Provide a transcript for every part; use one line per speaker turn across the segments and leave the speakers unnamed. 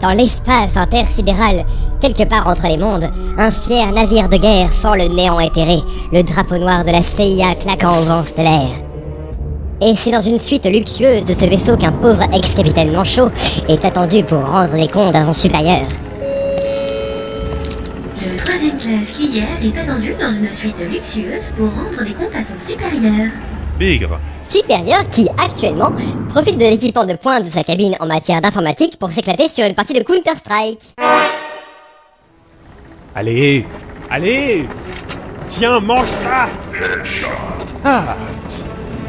Dans l'espace intersidéral, quelque part entre les mondes, un fier navire de guerre fend le néant éthéré, le drapeau noir de la CIA claquant au vent stellaire. Et c'est dans une suite luxueuse de ce vaisseau qu'un pauvre ex-capitaine Manchot est attendu pour rendre des comptes à son supérieur.
Le troisième classe cuillère est attendu dans une suite luxueuse pour rendre des comptes à son supérieur.
Bigre,
Supérieur qui, actuellement, profite de l'équipement de pointe de sa cabine en matière d'informatique pour s'éclater sur une partie de Counter-Strike.
allez, allez Tiens, mange ça Ah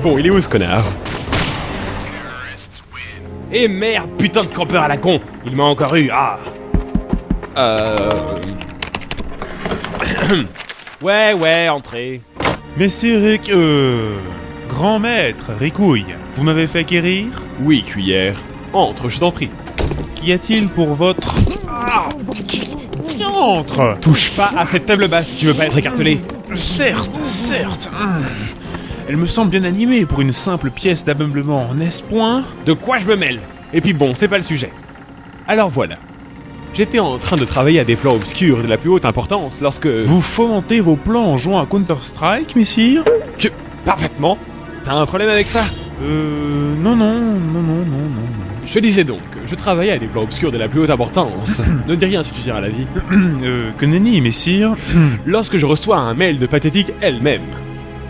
Bon, il est où ce connard Eh merde, putain de campeur à la con Il m'a encore eu, ah Euh... ouais, ouais, entrez.
Messire Ric... Euh... Grand maître, Ricouille, vous m'avez fait quérir
Oui, cuillère. Entre, je t'en prie.
Qu'y a-t-il pour votre... Ah Entre
Touche pas à cette table basse, tu veux pas être écartelé.
Certes, certes hum. Elle me semble bien animée pour une simple pièce d'ameublement, n'est-ce point
De quoi je me mêle Et puis bon, c'est pas le sujet. Alors voilà. J'étais en train de travailler à des plans obscurs de la plus haute importance lorsque...
Vous fomentez vos plans en jouant à Counter-Strike, messire
Que- Parfaitement T'as un problème avec ça
Euh... Non, non, non, non, non, non.
Je disais donc, je travaillais à des plans obscurs de la plus haute importance. ne dis rien si tu à la vie.
non. euh, que nenni, messire
Lorsque je reçois un mail de pathétique elle-même.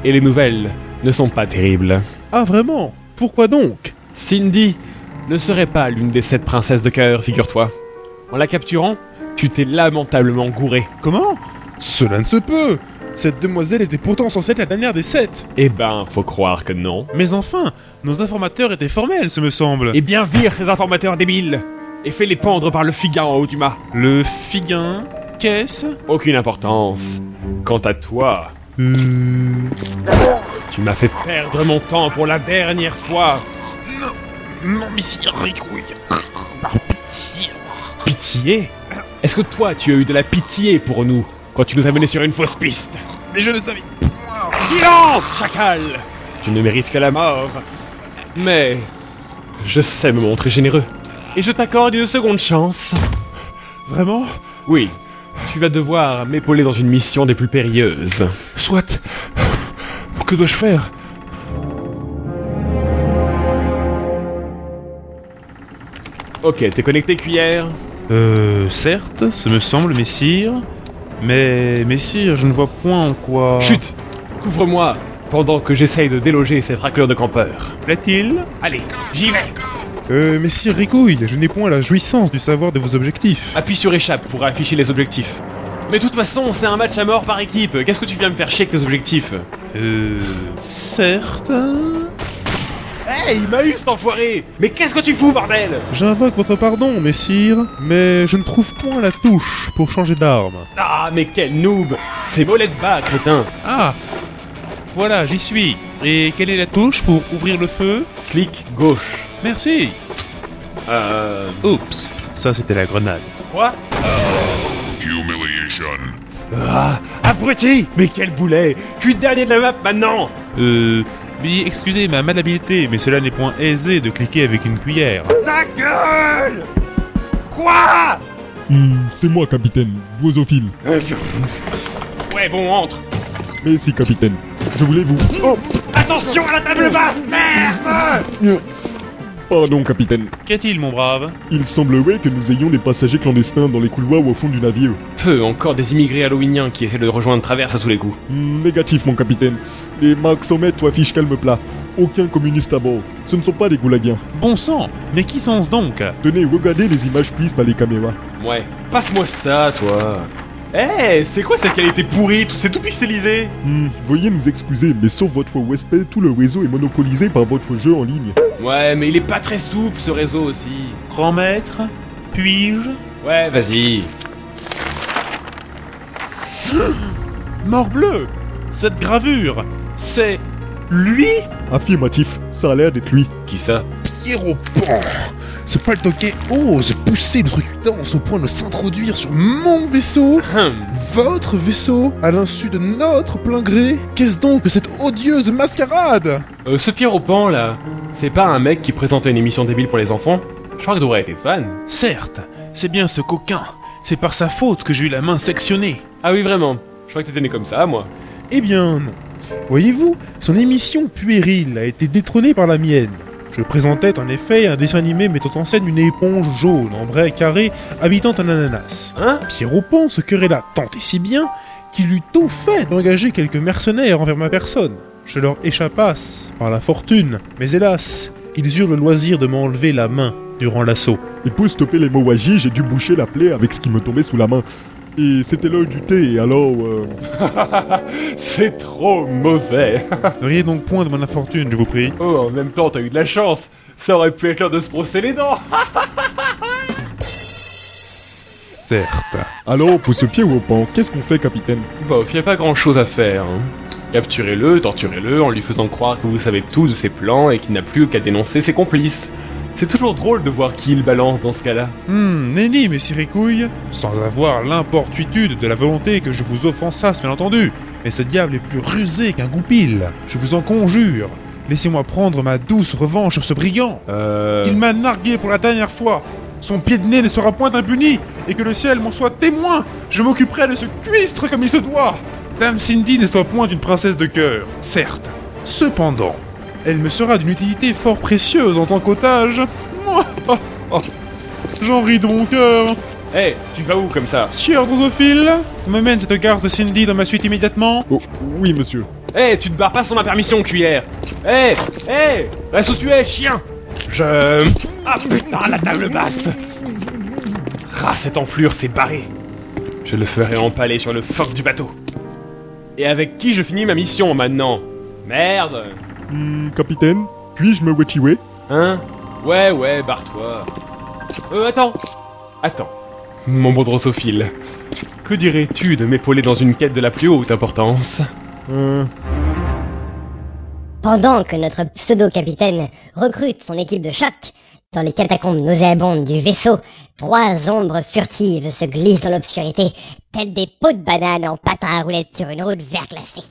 Et les nouvelles ne sont pas terribles.
Ah, vraiment Pourquoi donc
Cindy ne serait pas l'une des sept princesses de cœur, figure-toi. En la capturant, tu t'es lamentablement gouré.
Comment Cela ne se peut Cette demoiselle était pourtant censée être la dernière des sept
Eh ben, faut croire que non.
Mais enfin, nos informateurs étaient formels, ce me semble.
Eh bien, vire ces informateurs débiles Et fais-les pendre par le figuin en haut du mât.
Le figuin, qu'est-ce
Aucune importance. Quant à toi,
Hum,
tu m'as fait perdre mon temps pour la dernière fois.
Non, mais si, Ricouille. Par pitié.
Pitié Est-ce que toi, tu as eu de la pitié pour nous quand tu nous as menés sur une fausse piste
Mais je ne savais point.
Silence, chacal Tu ne mérites que la mort. Mais je sais me montrer généreux. Et je t'accorde une seconde chance.
Vraiment
Oui, tu vas devoir m'épauler dans une mission des plus périlleuses.
Soit. Que dois-je faire
Ok, t'es connecté, cuillère
Euh, certes, ce me semble, messire. Mais, messire, je ne vois point en quoi.
Chut Couvre-moi pendant que j'essaye de déloger ces racleurs de campeurs.
Plaît-il
Allez, j'y vais
Euh, messire Ricouille, je n'ai point la jouissance du savoir de vos objectifs.
Appuie sur échappe pour afficher les objectifs. Mais de toute façon, c'est un match à mort par équipe. Qu'est-ce que tu viens me faire chier avec tes objectifs
Euh, certes.
Hey, il m'a eu cet enfoiré Mais qu'est-ce que tu fous, bordel
J'invoque votre pardon, messire, mais je ne trouve point la touche pour changer d'arme.
Ah, mais quel noob C'est mollet de bas, crétin
Ah Voilà, j'y suis. Et quelle est la touche pour ouvrir le feu
Clic gauche.
Merci
Euh...
Oups Ça, c'était la grenade.
Quoi
Humiliation.
Ah, abruti Mais quel boulet Tu es dernier de la map, maintenant
Euh... Mais excusez ma malhabilité, mais cela n'est point aisé de cliquer avec une cuillère.
Ta gueule Quoi
Hum, c'est moi, capitaine, boisophile.
Ouais, bon, entre
Merci, capitaine. Je voulais vous. Oh
Attention à la table basse, merde
Pardon, capitaine.
Qu'y-a-t-il, mon brave
Il semblerait que nous ayons des passagers clandestins dans les couloirs ou au fond du navire.
Peu, encore des immigrés halloweeniens qui essaient de rejoindre Traverse à tous les coups.
Hmm, Négatif, mon capitaine. Les marques mètres ou affiches calme plat. Aucun communiste à bord. Ce ne sont pas des goulagiens.
Bon sang Mais qui sont-ce donc
Tenez, regardez les images prises par les caméras.
Ouais. Passe-moi ça, toi Eh, c'est quoi cette qualité pourrie Tout- C'est tout pixelisé
Hmm, veuillez nous excuser, mais sauf votre respect, tout le réseau est monopolisé par votre jeu en ligne.
Ouais, mais il est pas très souple, ce réseau, aussi
Grand maître Puis-je
Ouais, vas-y
Morbleu Cette gravure C'est... Lui
Affirmatif, ça a l'air d'être lui.
Qui ça
Pierre au port. Ce paltoquet ose pousser notre cutance au point de s'introduire sur mon vaisseau,
Hum.
votre vaisseau, à l'insu de notre plein gré. Qu'est-ce donc que cette odieuse mascarade
Euh, ce Pierre au pan là, c'est pas un mec qui présentait une émission débile pour les enfants Je crois que devrait être fan.
Certes,
C'est bien ce coquin. C'est par sa faute que j'ai eu la main sectionnée.
Ah oui, vraiment. Je crois que t'étais né comme ça, moi.
Eh bien non. Voyez-vous, son émission puérile a été détrônée par la mienne. Je présentais en effet un dessin animé mettant en scène une éponge jaune, ambrée, carrée, habitant un ananas.
Hein
Pierre Aupin se querella tant et si bien qu'il eut tôt fait d'engager quelques mercenaires envers ma personne. Je leur échappasse par la fortune, mais hélas, ils eurent le loisir de m'enlever la main durant l'assaut.
Et pour stopper l'hémorragie, j'ai dû boucher la plaie avec ce qui me tombait sous la main. Et c'était l'œil du thé, et alors... euh,
C'est trop mauvais.
Ne riez donc point de mon infortune, je vous prie.
Oh, en même temps, t'as eu de la chance. Ça aurait pu être l'heure de se brosser les dents.
Certes.
Alors, pour ce pied au pan, qu'est-ce qu'on fait, capitaine
Bof, y a pas grand chose à faire. hein. Capturez-le, torturez-le en lui faisant croire que vous savez tout de ses plans et qu'il n'a plus qu'à dénoncer ses complices. C'est toujours drôle de voir qui il balance dans ce cas-là.
Hmm, Nenny, mes siricouilles, sans avoir l'importuitude de la volonté que je vous offensasse, bien entendu, mais ce diable est plus rusé qu'un goupil. Je vous en conjure, laissez-moi prendre ma douce revanche sur ce brigand.
Euh.
Il m'a nargué pour la dernière fois. Son pied de nez ne sera point impuni, et que le ciel m'en soit témoin. Je m'occuperai de ce cuistre comme il se doit. Dame Cindy ne soit point une princesse de cœur, certes. Cependant, elle me sera d'une utilité fort précieuse en tant qu'otage. Mouah, oh, oh. J'en ris de mon cœur.
Eh, tu vas où comme ça
Sieur Drosophile, m'amène cette garce de Cindy dans ma suite immédiatement.
Oh, oui, monsieur.
Eh, tu te barres pas sans ma permission, cuillère Eh Eh Reste où tu es, chien Je... Ah putain, la table basse Ah, cette enflure, c'est barré Je le ferai empaler sur le foc du bateau Et avec qui je finis ma mission, maintenant Merde
Hmm, capitaine, puis-je me wetchiwe
Hein Ouais, ouais, barre-toi. Euh, attends Attends. Mon bon drosophile, que dirais-tu de m'épauler dans une quête de la plus haute importance
Euh...
Pendant que notre pseudo-capitaine recrute son équipe de choc, dans les catacombes nauséabondes du vaisseau, trois ombres furtives se glissent dans l'obscurité, telles des pots de banane en patin à roulettes sur une route vert glacée.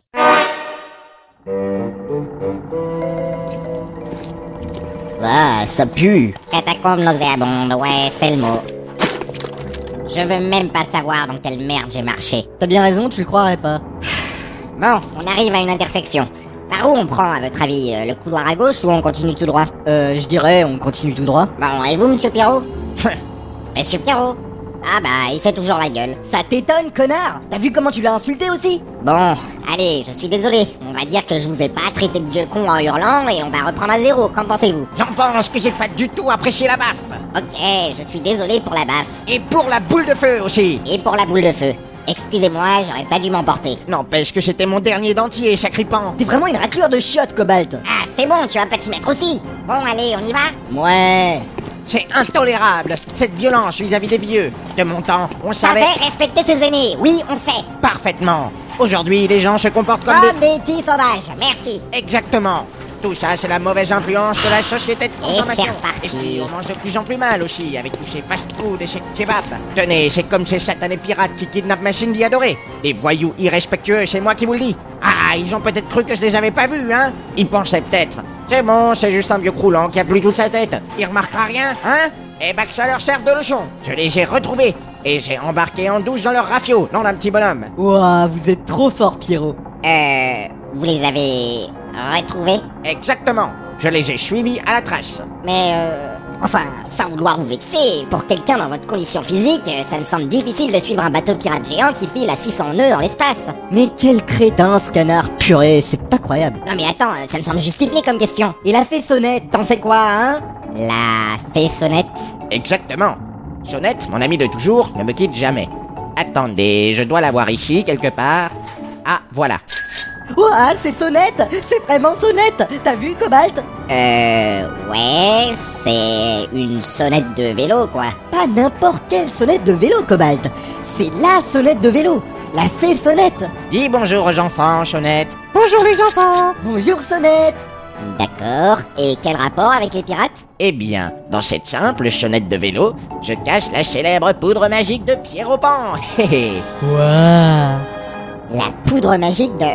Ah, ça pue
Catacombe nauséabonde, ouais, c'est le mot. Je veux même pas savoir dans quelle merde j'ai marché.
T'as bien raison, tu le croirais pas.
Bon, on arrive à une intersection. Par où on prend, à votre avis euh, Le couloir à gauche ou on continue tout droit
Euh, je dirais, on continue tout droit.
Bon, et vous, monsieur Pierrot Monsieur Pierrot Ah bah, il fait toujours la gueule.
Ça t'étonne, connard T'as vu comment tu l'as insulté aussi
Bon, allez, je suis désolé. On va dire que je vous ai pas traité de vieux con en hurlant et on va reprendre à zéro. Qu'en pensez-vous
J'en pense que j'ai pas du tout apprécié la baffe.
Ok, je suis désolé pour la baffe.
Et pour la boule de feu aussi.
Et pour la boule de feu. Excusez-moi, j'aurais pas dû m'emporter.
N'empêche que c'était mon dernier dentier, sacripant.
T'es vraiment une raclure de chiottes, Cobalt
Ah, c'est bon, tu vas pas t'y mettre aussi. Bon, allez, on y va
Ouais
C'est intolérable, cette violence vis-à-vis des vieux. De mon temps, on savait
J'avais respecter ses aînés, oui, on sait.
parfaitement. Aujourd'hui, les gens se comportent comme
Comme des petits sauvages, merci.
des... Exactement. Tout ça, c'est la mauvaise influence de la société de consommation.
c'est reparti.
Et puis, on mange de plus en plus mal aussi, avec tous ces fast-food et ces kebabs. Tenez, c'est comme ces satanés pirates qui kidnappent ma Cindy adorée. Des voyous irrespectueux, c'est moi qui vous le dis. Ah, ils ont peut-être cru que je les avais pas vus, hein Ils pensaient peut-être. C'est bon, c'est juste un vieux croulant qui a plus toute sa tête. Il remarquera rien, hein Eh ben que ça leur serve de leçon. Je les ai retrouvés. Et j'ai embarqué en douce dans leur rafio, non d'un petit bonhomme.
Ouah, vous êtes trop fort, Pierrot
Euh, vous les avez retrouvés
Exactement. Je les ai suivis à la trace.
Mais euh, enfin, sans vouloir vous vexer, pour quelqu'un dans votre condition physique, euh, ça me semble difficile de suivre un bateau pirate géant qui file à 600 nœuds dans l'espace.
Mais quel crétin, ce canard Purée, c'est pas croyable
Non mais attends, euh, ça me semble justifié comme question.
Et la sonnette, t'en fais quoi, hein
La faissonnette
Exactement. Sonnette, mon ami de toujours, ne me quitte jamais. Attendez, je dois l'avoir ici quelque part. Ah, voilà.
Ouah, c'est Sonnette C'est vraiment Sonnette T'as vu, Cobalt
Euh... Ouais, c'est une sonnette de vélo, quoi.
Pas n'importe quelle sonnette de vélo, Cobalt C'est LA sonnette de vélo La fée sonnette
Dis bonjour aux enfants, Sonnette.
Bonjour, sonnette
D'accord. Et quel rapport avec les pirates
Eh bien, dans cette simple sonnette de vélo, je cache la célèbre poudre magique de Pierre au Pan. Hé hé.
Ouah
La poudre magique de...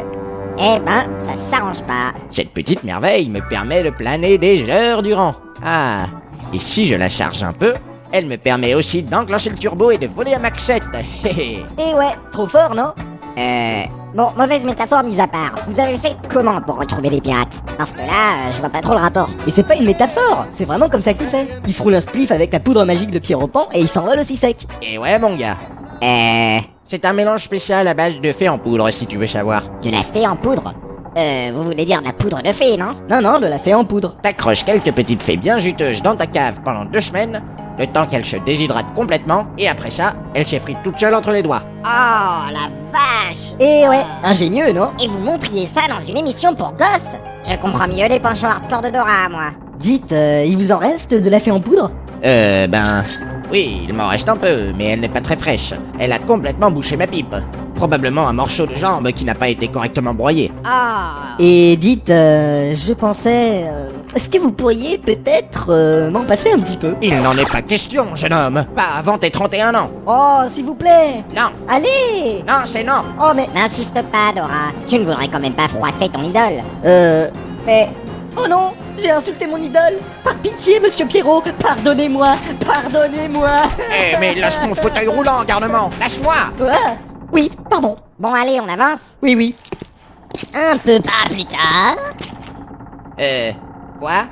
Eh ben, ça s'arrange pas.
Cette petite merveille me permet de planer des heures durant. Ah, et si je la charge un peu, Elle me permet aussi d'enclencher le turbo et de voler à Maxette.
Eh ouais, trop fort, non
Euh... Bon, mauvaise métaphore mise à part, vous avez fait comment pour retrouver les pirates Parce que là, euh, je vois pas trop le rapport.
Et c'est pas une métaphore, c'est vraiment comme ça qu'il fait. Il se roule un spliff avec la poudre magique de Pierre au Pan et il s'envole aussi sec.
et ouais, mon gars.
Euh...
C'est un mélange spécial à base de fée en poudre, si tu veux savoir.
De la fée en poudre Euh... Vous voulez dire de la poudre de fée, non
Non, non, de la fée en poudre.
T'accroches quelques petites fées bien juteuses dans ta cave pendant deux semaines, le temps qu'elles se déshydratent complètement, et après ça, elles s'effritent toutes seules entre les doigts.
Oh, la vache
Eh ouais, ingénieux, non
Et vous montriez ça dans une émission pour gosses Je comprends mieux les penchants hardcore de Dora, moi.
Dites, euh, il vous en reste de la fée en poudre
Euh, ben... Oui, il m'en reste un peu, mais elle n'est pas très fraîche. Elle a complètement bouché ma pipe. Probablement un morceau de jambe qui n'a pas été correctement broyé.
Oh
Et dites, euh, je pensais... euh, Est-ce que vous pourriez peut-être euh, m'en passer un petit peu
Il n'en est pas question, jeune homme. Pas avant tes 31 ans.
Oh, s'il vous plaît
Non,
Allez
non, c'est non.
Oh, mais...
N'insiste pas, Dora. Tu ne voudrais quand même pas froisser ton idole.
Euh... Mais... Oh non J'ai insulté mon idole Par pitié, monsieur Pierrot Pardonnez-moi Pardonnez-moi
Eh, mais lâche mon fauteuil roulant, garnement. Lâche-moi.
Ah, Oui, pardon.
Bon, allez, on avance.
Oui, oui.
Un peu pas plus tard.
Euh, quoi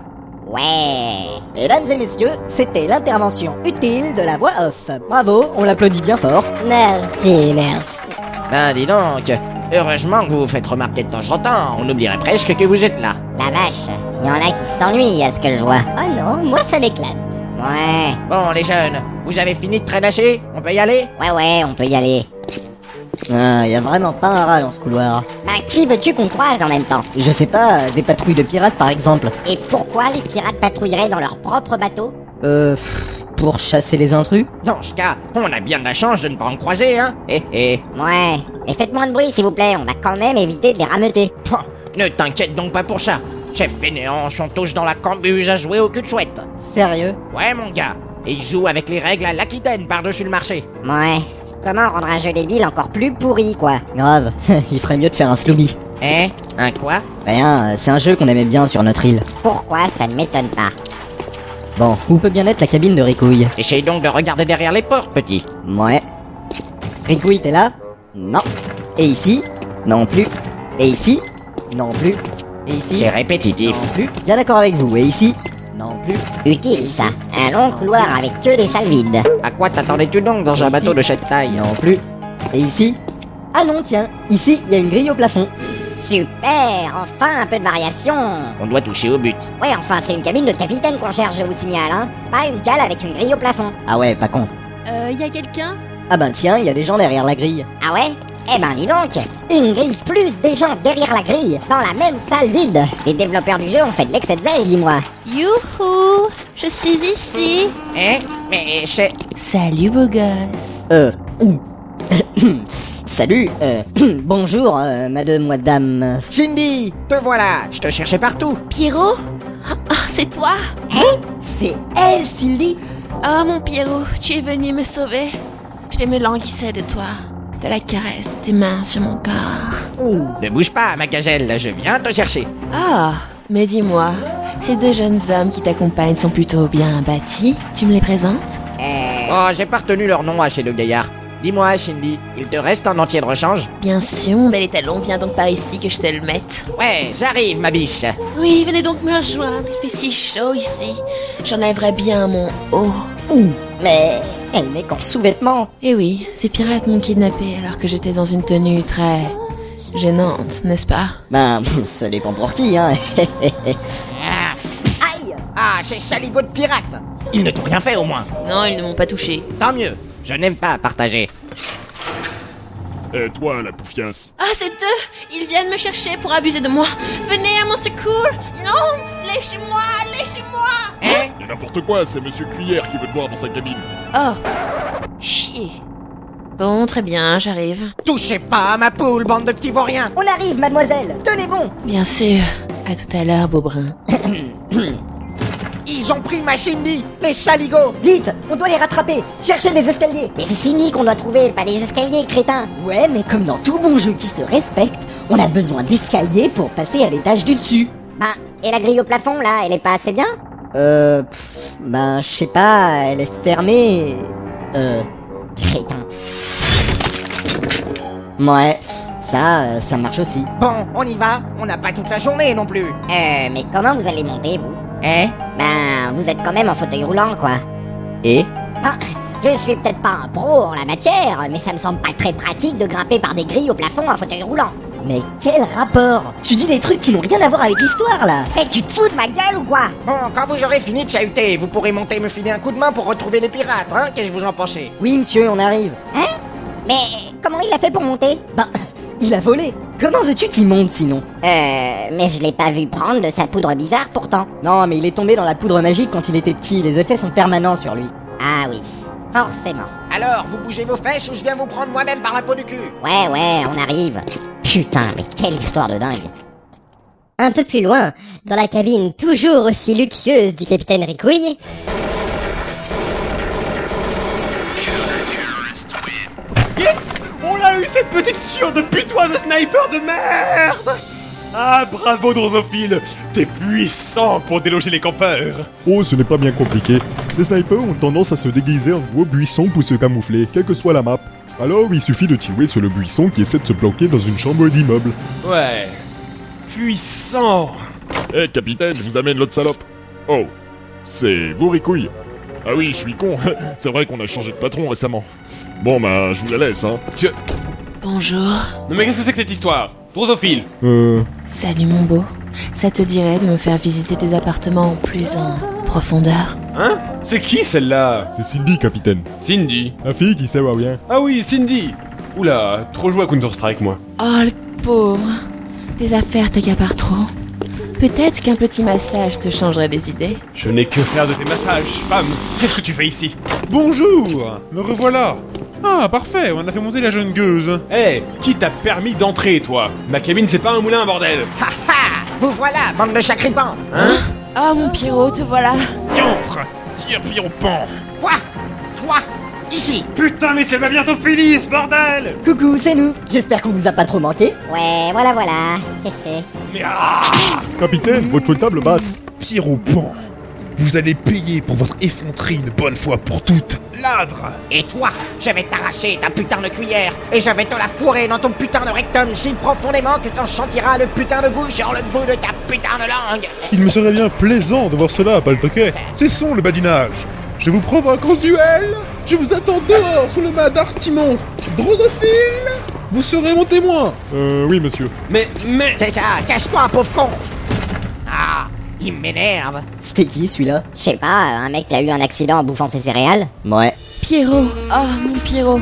Ouais.
Mesdames et messieurs, c'était l'intervention utile de la voix off. Bravo, on l'applaudit bien fort.
Merci, merci.
Ben dis donc, heureusement que vous vous faites remarquer de temps en temps, on oublierait presque que vous êtes là.
La vache, il y en a qui s'ennuient à ce que je vois.
Oh non, moi ça m'éclate.
Ouais.
Bon les jeunes, vous avez fini de traînacher On peut y aller
Ouais, ouais, on peut y aller.
Ah, y a vraiment pas un rat dans ce couloir.
Bah, qui veux-tu qu'on croise en même temps
Je sais pas, des patrouilles de pirates par exemple.
Et pourquoi les pirates patrouilleraient dans leur propre bateau
Euh, pff, pour chasser les intrus
Dans ce cas, on a bien de la chance de ne pas en croiser, hein Eh eh
Ouais. Et faites moins de bruit, s'il vous plaît, on va quand même éviter de les rameuter.
Pah, Ne t'inquiète donc pas pour ça Ces fainéants sont tous dans la cambuse à jouer au cul de chouette
Sérieux
Ouais mon gars Et ils jouent avec les règles à l'Aquitaine par-dessus le marché
Ouais. Comment rendre un jeu débile encore plus pourri, quoi
Grave, il ferait mieux de faire un slooby.
Hein Un quoi
Rien, c'est un jeu qu'on aimait bien sur notre île.
Pourquoi ça ne m'étonne pas
Bon, où peut bien être la cabine de Ricouille
Essaye donc de regarder derrière les portes, petit
Ouais. Ricouille, t'es là Non. Et ici Non plus. Et ici Non plus. Et ici
C'est répétitif
Non plus. Bien d'accord avec vous. Et ici Non plus.
Utile, ça. Un long couloir avec que des salles vides.
À quoi t'attendais-tu donc dans un
Ici.
bateau de cette taille
Non plus. Et ici Ah non, tiens. Ici, il y a une grille au plafond.
Super Enfin, un peu de variation
On doit toucher au but
Ouais, enfin, c'est une cabine de capitaine qu'on cherche, je vous signale, hein. Pas une cale avec une grille au plafond.
Ah ouais, pas con.
Euh, y a quelqu'un
Ah ben tiens, il y a des gens derrière la grille.
Ah ouais Eh ben, dis donc Une grille plus des gens derrière la grille, dans la même salle vide Les développeurs du jeu ont fait de l'excès de zèle, dis-moi
Youhou Je suis ici
Hein Mais c'est...
Salut beau gosse
Euh. ouh. Salut. Euh, bonjour, euh, madame, madame.
Cindy, te voilà, je te cherchais partout.
Pierrot Ah, c'est toi
C'est elle, Cindy
Oh mon Pierrot, tu es venu me sauver Je me languissais de toi, de la caresse de tes mains sur mon corps.
Ne bouge pas, ma gazelle, je viens te chercher.
Ah, mais dis-moi, ces deux jeunes hommes qui t'accompagnent sont plutôt bien bâtis, tu me les présentes
Oh, j'ai pas retenu leur nom à ces deux gaillards. Dis-moi, Cindy, il te reste un entier de rechange
Bien sûr, mon bel étalon, viens donc par ici que je te le mette.
Ouais, j'arrive, ma biche.
Oui, venez donc me rejoindre, il fait si chaud ici. J'enlèverai bien mon haut.
Mais elle n'est qu'en sous-vêtements.
Eh oui, ces pirates m'ont kidnappé alors que j'étais dans une tenue très gênante, n'est-ce pas
Ben, ça dépend pour qui, hein.
Ah, aïe Ah, ces saligots de pirates Ils ne t'ont rien fait, au moins.
Non, ils ne m'ont pas touché.
Tant mieux, je n'aime pas partager.
Eh toi, la poufiasse
Ah, c'est eux Ils viennent me chercher pour abuser de moi. Venez à mon secours Non Lâchez-moi Lâchez-moi
Hein
Y'a n'importe quoi, c'est monsieur Cuillère qui veut te voir dans sa cabine.
Oh Chier Bon, très bien, j'arrive.
Touchez pas à ma poule, bande de petits vauriens
On arrive, mademoiselle. Tenez bon.
Bien sûr. À tout à l'heure, beau brun.
Ils ont pris ma Cindy, les saligots
Vite, on doit les rattraper. Cherchez les escaliers.
Mais c'est Cindy qu'on doit trouver, pas des escaliers, crétin
Ouais, mais comme dans tout bon jeu qui se respecte, on a besoin d'escaliers pour passer à l'étage du dessus.
Ben, Bah, et la grille au plafond, là, elle est pas assez bien
Euh, pff, Ben, je sais pas, elle est fermée. Euh. Crétin. Ouais, ça, euh, ça marche aussi.
Bon, on y va, on n'a pas toute la journée non plus.
Euh, mais comment vous allez monter, vous
Hein
Ben, vous êtes quand même en fauteuil roulant, quoi.
Et
Ah, je suis peut-être pas un pro en la matière, mais ça me semble pas très pratique de grimper par des grilles au plafond en fauteuil roulant.
Mais quel rapport Tu dis des trucs qui n'ont rien à voir avec l'histoire là
Mais tu te fous de ma gueule ou quoi
Bon, quand vous aurez fini de chahuter, vous pourrez monter me filer un coup de main pour retrouver les pirates, hein Qu'est-ce que vous en pensez
Oui, monsieur, on arrive. Ben,
Hein Mais comment il a fait pour monter
Bah, il a volé Comment veux-tu qu'il monte sinon
Euh, mais je l'ai pas vu prendre de sa poudre bizarre pourtant.
Non, mais il est tombé dans la poudre magique quand il était petit, les effets sont permanents sur lui.
Ah oui, forcément.
Alors, vous bougez vos fesses ou je viens vous prendre moi-même par la peau du cul
Ouais, ouais, on arrive. Putain, mais quelle histoire de dingue.
Un peu plus loin, dans la cabine toujours aussi luxueuse du capitaine Ricouille,
Yes On l'a eu cette petite chure de putois de sniper de merde Ah bravo Drosophile T'es puissant pour déloger les campeurs
Oh, ce n'est pas bien compliqué. Les snipers ont tendance à se déguiser en gros buissons pour se camoufler, quelle que soit la map. Alors, il suffit de tirer sur le buisson qui essaie de se planquer dans une chambre d'immeuble.
Ouais. Puissant
Eh capitaine, je vous amène l'autre salope. Oh, c'est vous Ricouille. Ah oui, je suis con. c'est vrai qu'on a changé de patron récemment. Bon bah, je vous la laisse, hein.
Bonjour.
Non mais qu'est-ce que c'est que cette histoire Drosophile
Euh...
Salut mon beau. Ça te dirait de me faire visiter tes appartements en plus en profondeur
Hein C'est qui celle-là
C'est Cindy, capitaine.
Cindy.
La fille qui sert à rien.
Ah oui, Cindy Oula, trop joué à Counter-Strike moi.
Oh le pauvre. Tes affaires t'accaparent trop. Peut-être qu'un petit massage te changerait les idées.
Je n'ai que faire de tes massages, femme. Qu'est-ce que tu fais ici
Bonjour Me revoilà Ah, parfait, on a fait monter la jeune gueuse.
Eh, qui t'a permis d'entrer toi Ma cabine c'est pas un moulin, bordel
Ha ha Vous voilà, bande de chacripants
Hein
Oh mon Pierrot, te voilà.
Diantre Sire Piropan
Quoi Toi Ici
Putain mais c'est va bientôt finie ce bordel
Coucou, c'est nous J'espère qu'on vous a pas trop manqué
Ouais, voilà, voilà. Hé,
Mais ah
Capitaine, votre table basse.
Piropan Vous allez payer pour votre effronterie une bonne fois pour toutes Ladre
Et toi, je vais t'arracher ta putain de cuillère et je vais te la fourrer dans ton putain de rectum si profondément que t'en sentiras le putain de goût sur le bout de ta putain de langue
Il me serait bien plaisant de voir cela, Baltoquet Cessons le badinage Je vous provoque en duel Je vous attends dehors sous le mât d'Artimon Drosophile Vous serez mon témoin
Euh, oui, monsieur.
Mais, mais
C'est ça, cache-toi, pauvre con Ah, il m'énerve
C'était qui celui-là
Je sais pas, un mec qui a eu un accident en bouffant ses céréales
Ouais.
Pierrot, oh mon Pierrot.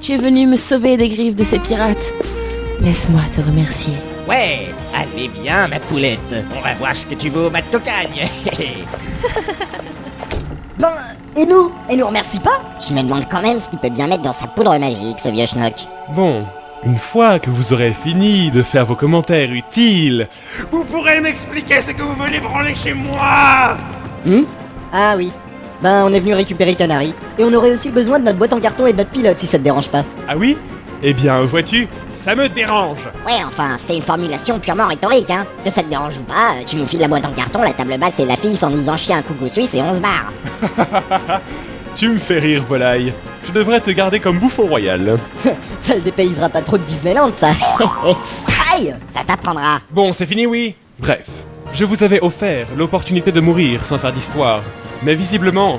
Tu es venu me sauver des griffes de ces pirates. Laisse-moi te remercier.
Ouais, allez bien, ma poulette On va voir ce que tu vaux, ma tocagne
Ben, et nous Elle nous remercie pas
Je me demande quand même ce qu'il peut bien mettre dans sa poudre magique, ce vieux schnock.
Bon, une fois que vous aurez fini de faire vos commentaires utiles, vous pourrez m'expliquer ce que vous venez branler chez moi
Hmm Ah oui. Ben, on est venu récupérer Canary. Et on aurait aussi besoin de notre boîte en carton et de notre pilote si ça te dérange pas.
Ah oui Eh bien, vois-tu, ça me dérange
Ouais, enfin, c'est une formulation purement rhétorique, hein. Que ça te dérange ou pas, tu nous files la boîte en carton, la table basse et la fille sans nous en chier un coucou suisse et on se barre.
Tu me fais rire, volaille. Je devrais te garder comme bouffon royal.
Ça le dépaysera pas trop de Disneyland, ça.
Aïe Ça t'apprendra.
Bon, c'est fini, oui Bref, je vous avais offert l'opportunité de mourir sans faire d'histoire, mais visiblement,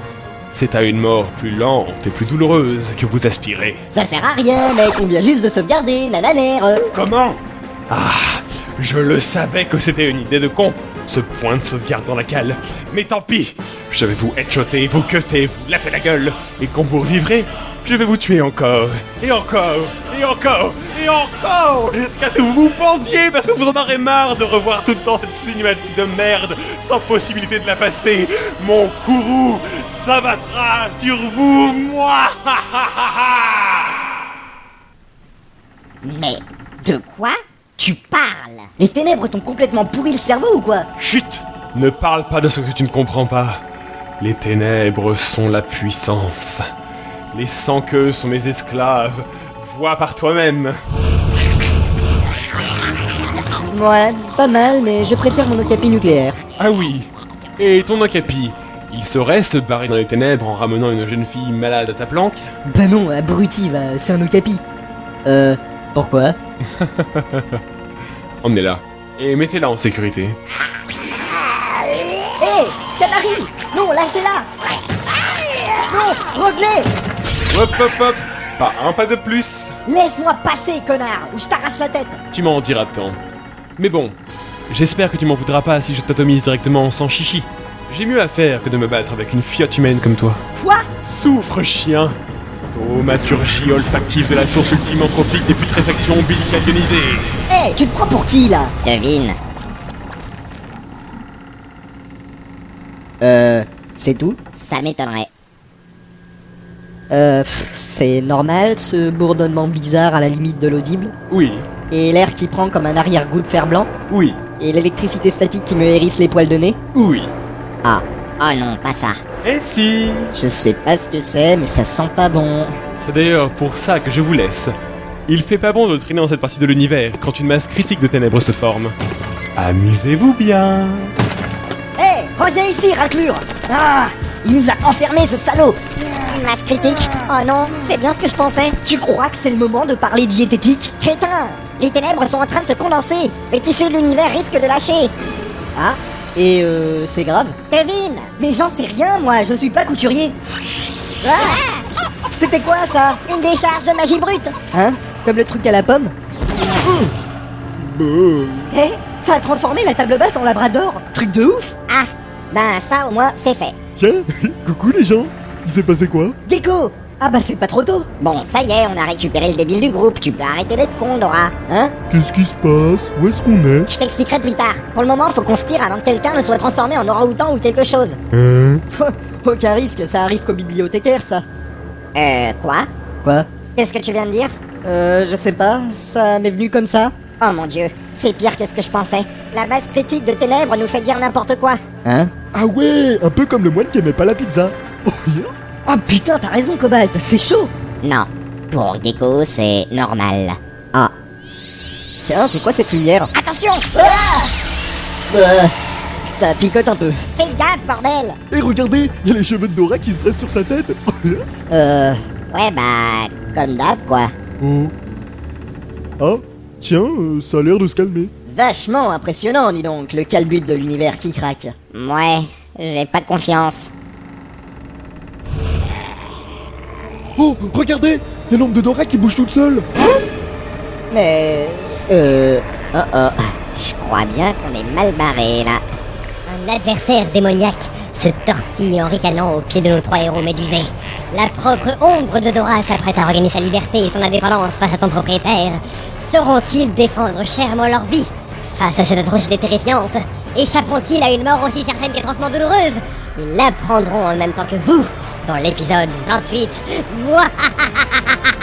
c'est à une mort plus lente et plus douloureuse que vous aspirez.
Ça sert à rien, mec, on vient juste de sauvegarder, nananère euh.
Comment Ah, je le savais que c'était une idée de con, ce point de sauvegarde dans la cale. Mais tant pis, je vais vous headshotter, vous cutter, vous laper la gueule, et quand vous vivrez, je vais vous tuer encore, et encore, et encore, et encore, jusqu'à ce que vous vous pendiez parce que vous en aurez marre de revoir tout le temps cette cinématique de merde, sans possibilité de la passer. Mon courroux s'abattra sur vous, moi
Mais de quoi tu parles
Les ténèbres t'ont complètement pourri le cerveau ou quoi
Chut Ne parle pas de ce que tu ne comprends pas. Les ténèbres sont la puissance. Les sans-queues sont mes esclaves. Vois par toi-même.
Ouais, pas mal, mais je préfère mon okapi nucléaire.
Ah oui. Et ton okapi Il saurait se barrer dans les ténèbres en ramenant une jeune fille malade à ta planque
Bah non, abruti, va, c'est un okapi. Euh, pourquoi
Emmenez-la. Et mettez-la en sécurité.
Hé, Canary Non, lâchez-la Non, revenez
Hop hop hop Pas un pas de plus
Laisse-moi passer, connard, ou je t'arrache la tête
Tu m'en diras tant. Mais bon, j'espère que tu m'en voudras pas si je t'atomise directement sans chichi. J'ai mieux à faire que de me battre avec une fiotte humaine comme toi.
Quoi
Souffre, chien Thaumaturgie olfactive de la source ultime anthropique des putréfactions ombilicales ionisées.
Hé, tu te prends pour qui, là
Devine.
Euh, c'est tout
Ça m'étonnerait.
Euh, pff, c'est normal ce bourdonnement bizarre à la limite de l'audible
Oui,
Et l'air qui prend comme un arrière-goût de fer blanc
oui,
Et l'électricité statique qui me hérisse les poils de nez
oui.
Ah,
Oh non, pas ça.
Et si
je sais pas ce que c'est, mais ça sent pas bon.
C'est d'ailleurs pour ça que je vous laisse. Il fait pas bon de traîner dans cette partie de l'univers quand une masse critique de ténèbres se forme. Amusez-vous bien
Hé, reviens ici, raclure Ah Il nous a enfermés, ce salaud
Masse critique
Oh non, c'est bien ce que je pensais Tu crois que c'est le moment de parler diététique
Crétin Les ténèbres sont en train de se condenser Le tissu de l'univers risque de lâcher
Ah, et euh, c'est grave
Devine
Mais j'en sais rien, moi, je suis pas couturier Ah C'était quoi, ça
Une décharge de magie brute
Hein Comme le truc à la pomme
Bah, euh,
Hé, Eh, ça a transformé la table basse en labrador Truc de ouf
Ah Ben ça au moins c'est fait
Tiens, coucou les gens Il s'est passé quoi
Gecko Ah bah c'est pas trop tôt
Bon, ça y est, on a récupéré le débile du groupe, tu peux arrêter d'être con, Dora, hein
Qu'est-ce qui se passe Où est-ce qu'on est
Je t'expliquerai plus tard. Pour le moment, faut qu'on se tire avant que quelqu'un ne soit transformé en orang-outan ou quelque chose.
Hein
Aucun risque, ça arrive qu'au bibliothécaire, ça.
Euh, quoi
Quoi
Qu'est-ce que tu viens de dire
Euh, je sais pas, ça m'est venu comme ça.
Oh mon dieu, c'est pire que ce que je pensais. La masse critique de ténèbres nous fait dire n'importe quoi.
Hein
Ah ouais, un peu comme le moine qui aimait pas la pizza. Oh, rien
Ah putain, t'as raison, Cobalt, c'est chaud
Non. Pour Gecko, c'est normal. Oh,
Ah. Tiens, c'est quoi cette lumière
Attention
Euh, Ça picote un peu.
Fais gaffe, bordel
Et regardez, il y a les cheveux de Dora qui se dressent sur sa tête. Oh, rien
Euh...
Ouais, bah, comme d'hab, quoi.
Oh. Ah, tiens, euh, ça a l'air de se calmer.
Vachement impressionnant, dis donc, le calbut de l'univers qui craque.
Ouais, j'ai pas confiance.
Oh, regardez Il y a l'ombre de Dora qui bouge toute seule.
Mais... Euh...
Oh oh, je crois bien qu'on est mal barré, là.
Un adversaire démoniaque se tortille en ricanant au pied de nos trois héros médusés. La propre ombre de Dora s'apprête à regagner sa liberté et son indépendance face à son propriétaire. Sauront-ils défendre chèrement leur vie face à cette atrocité terrifiante Échapperont-ils à une mort aussi certaine qu'atrocement douloureuse Ils l'apprendront en même temps que vous dans l'épisode 28. Mouah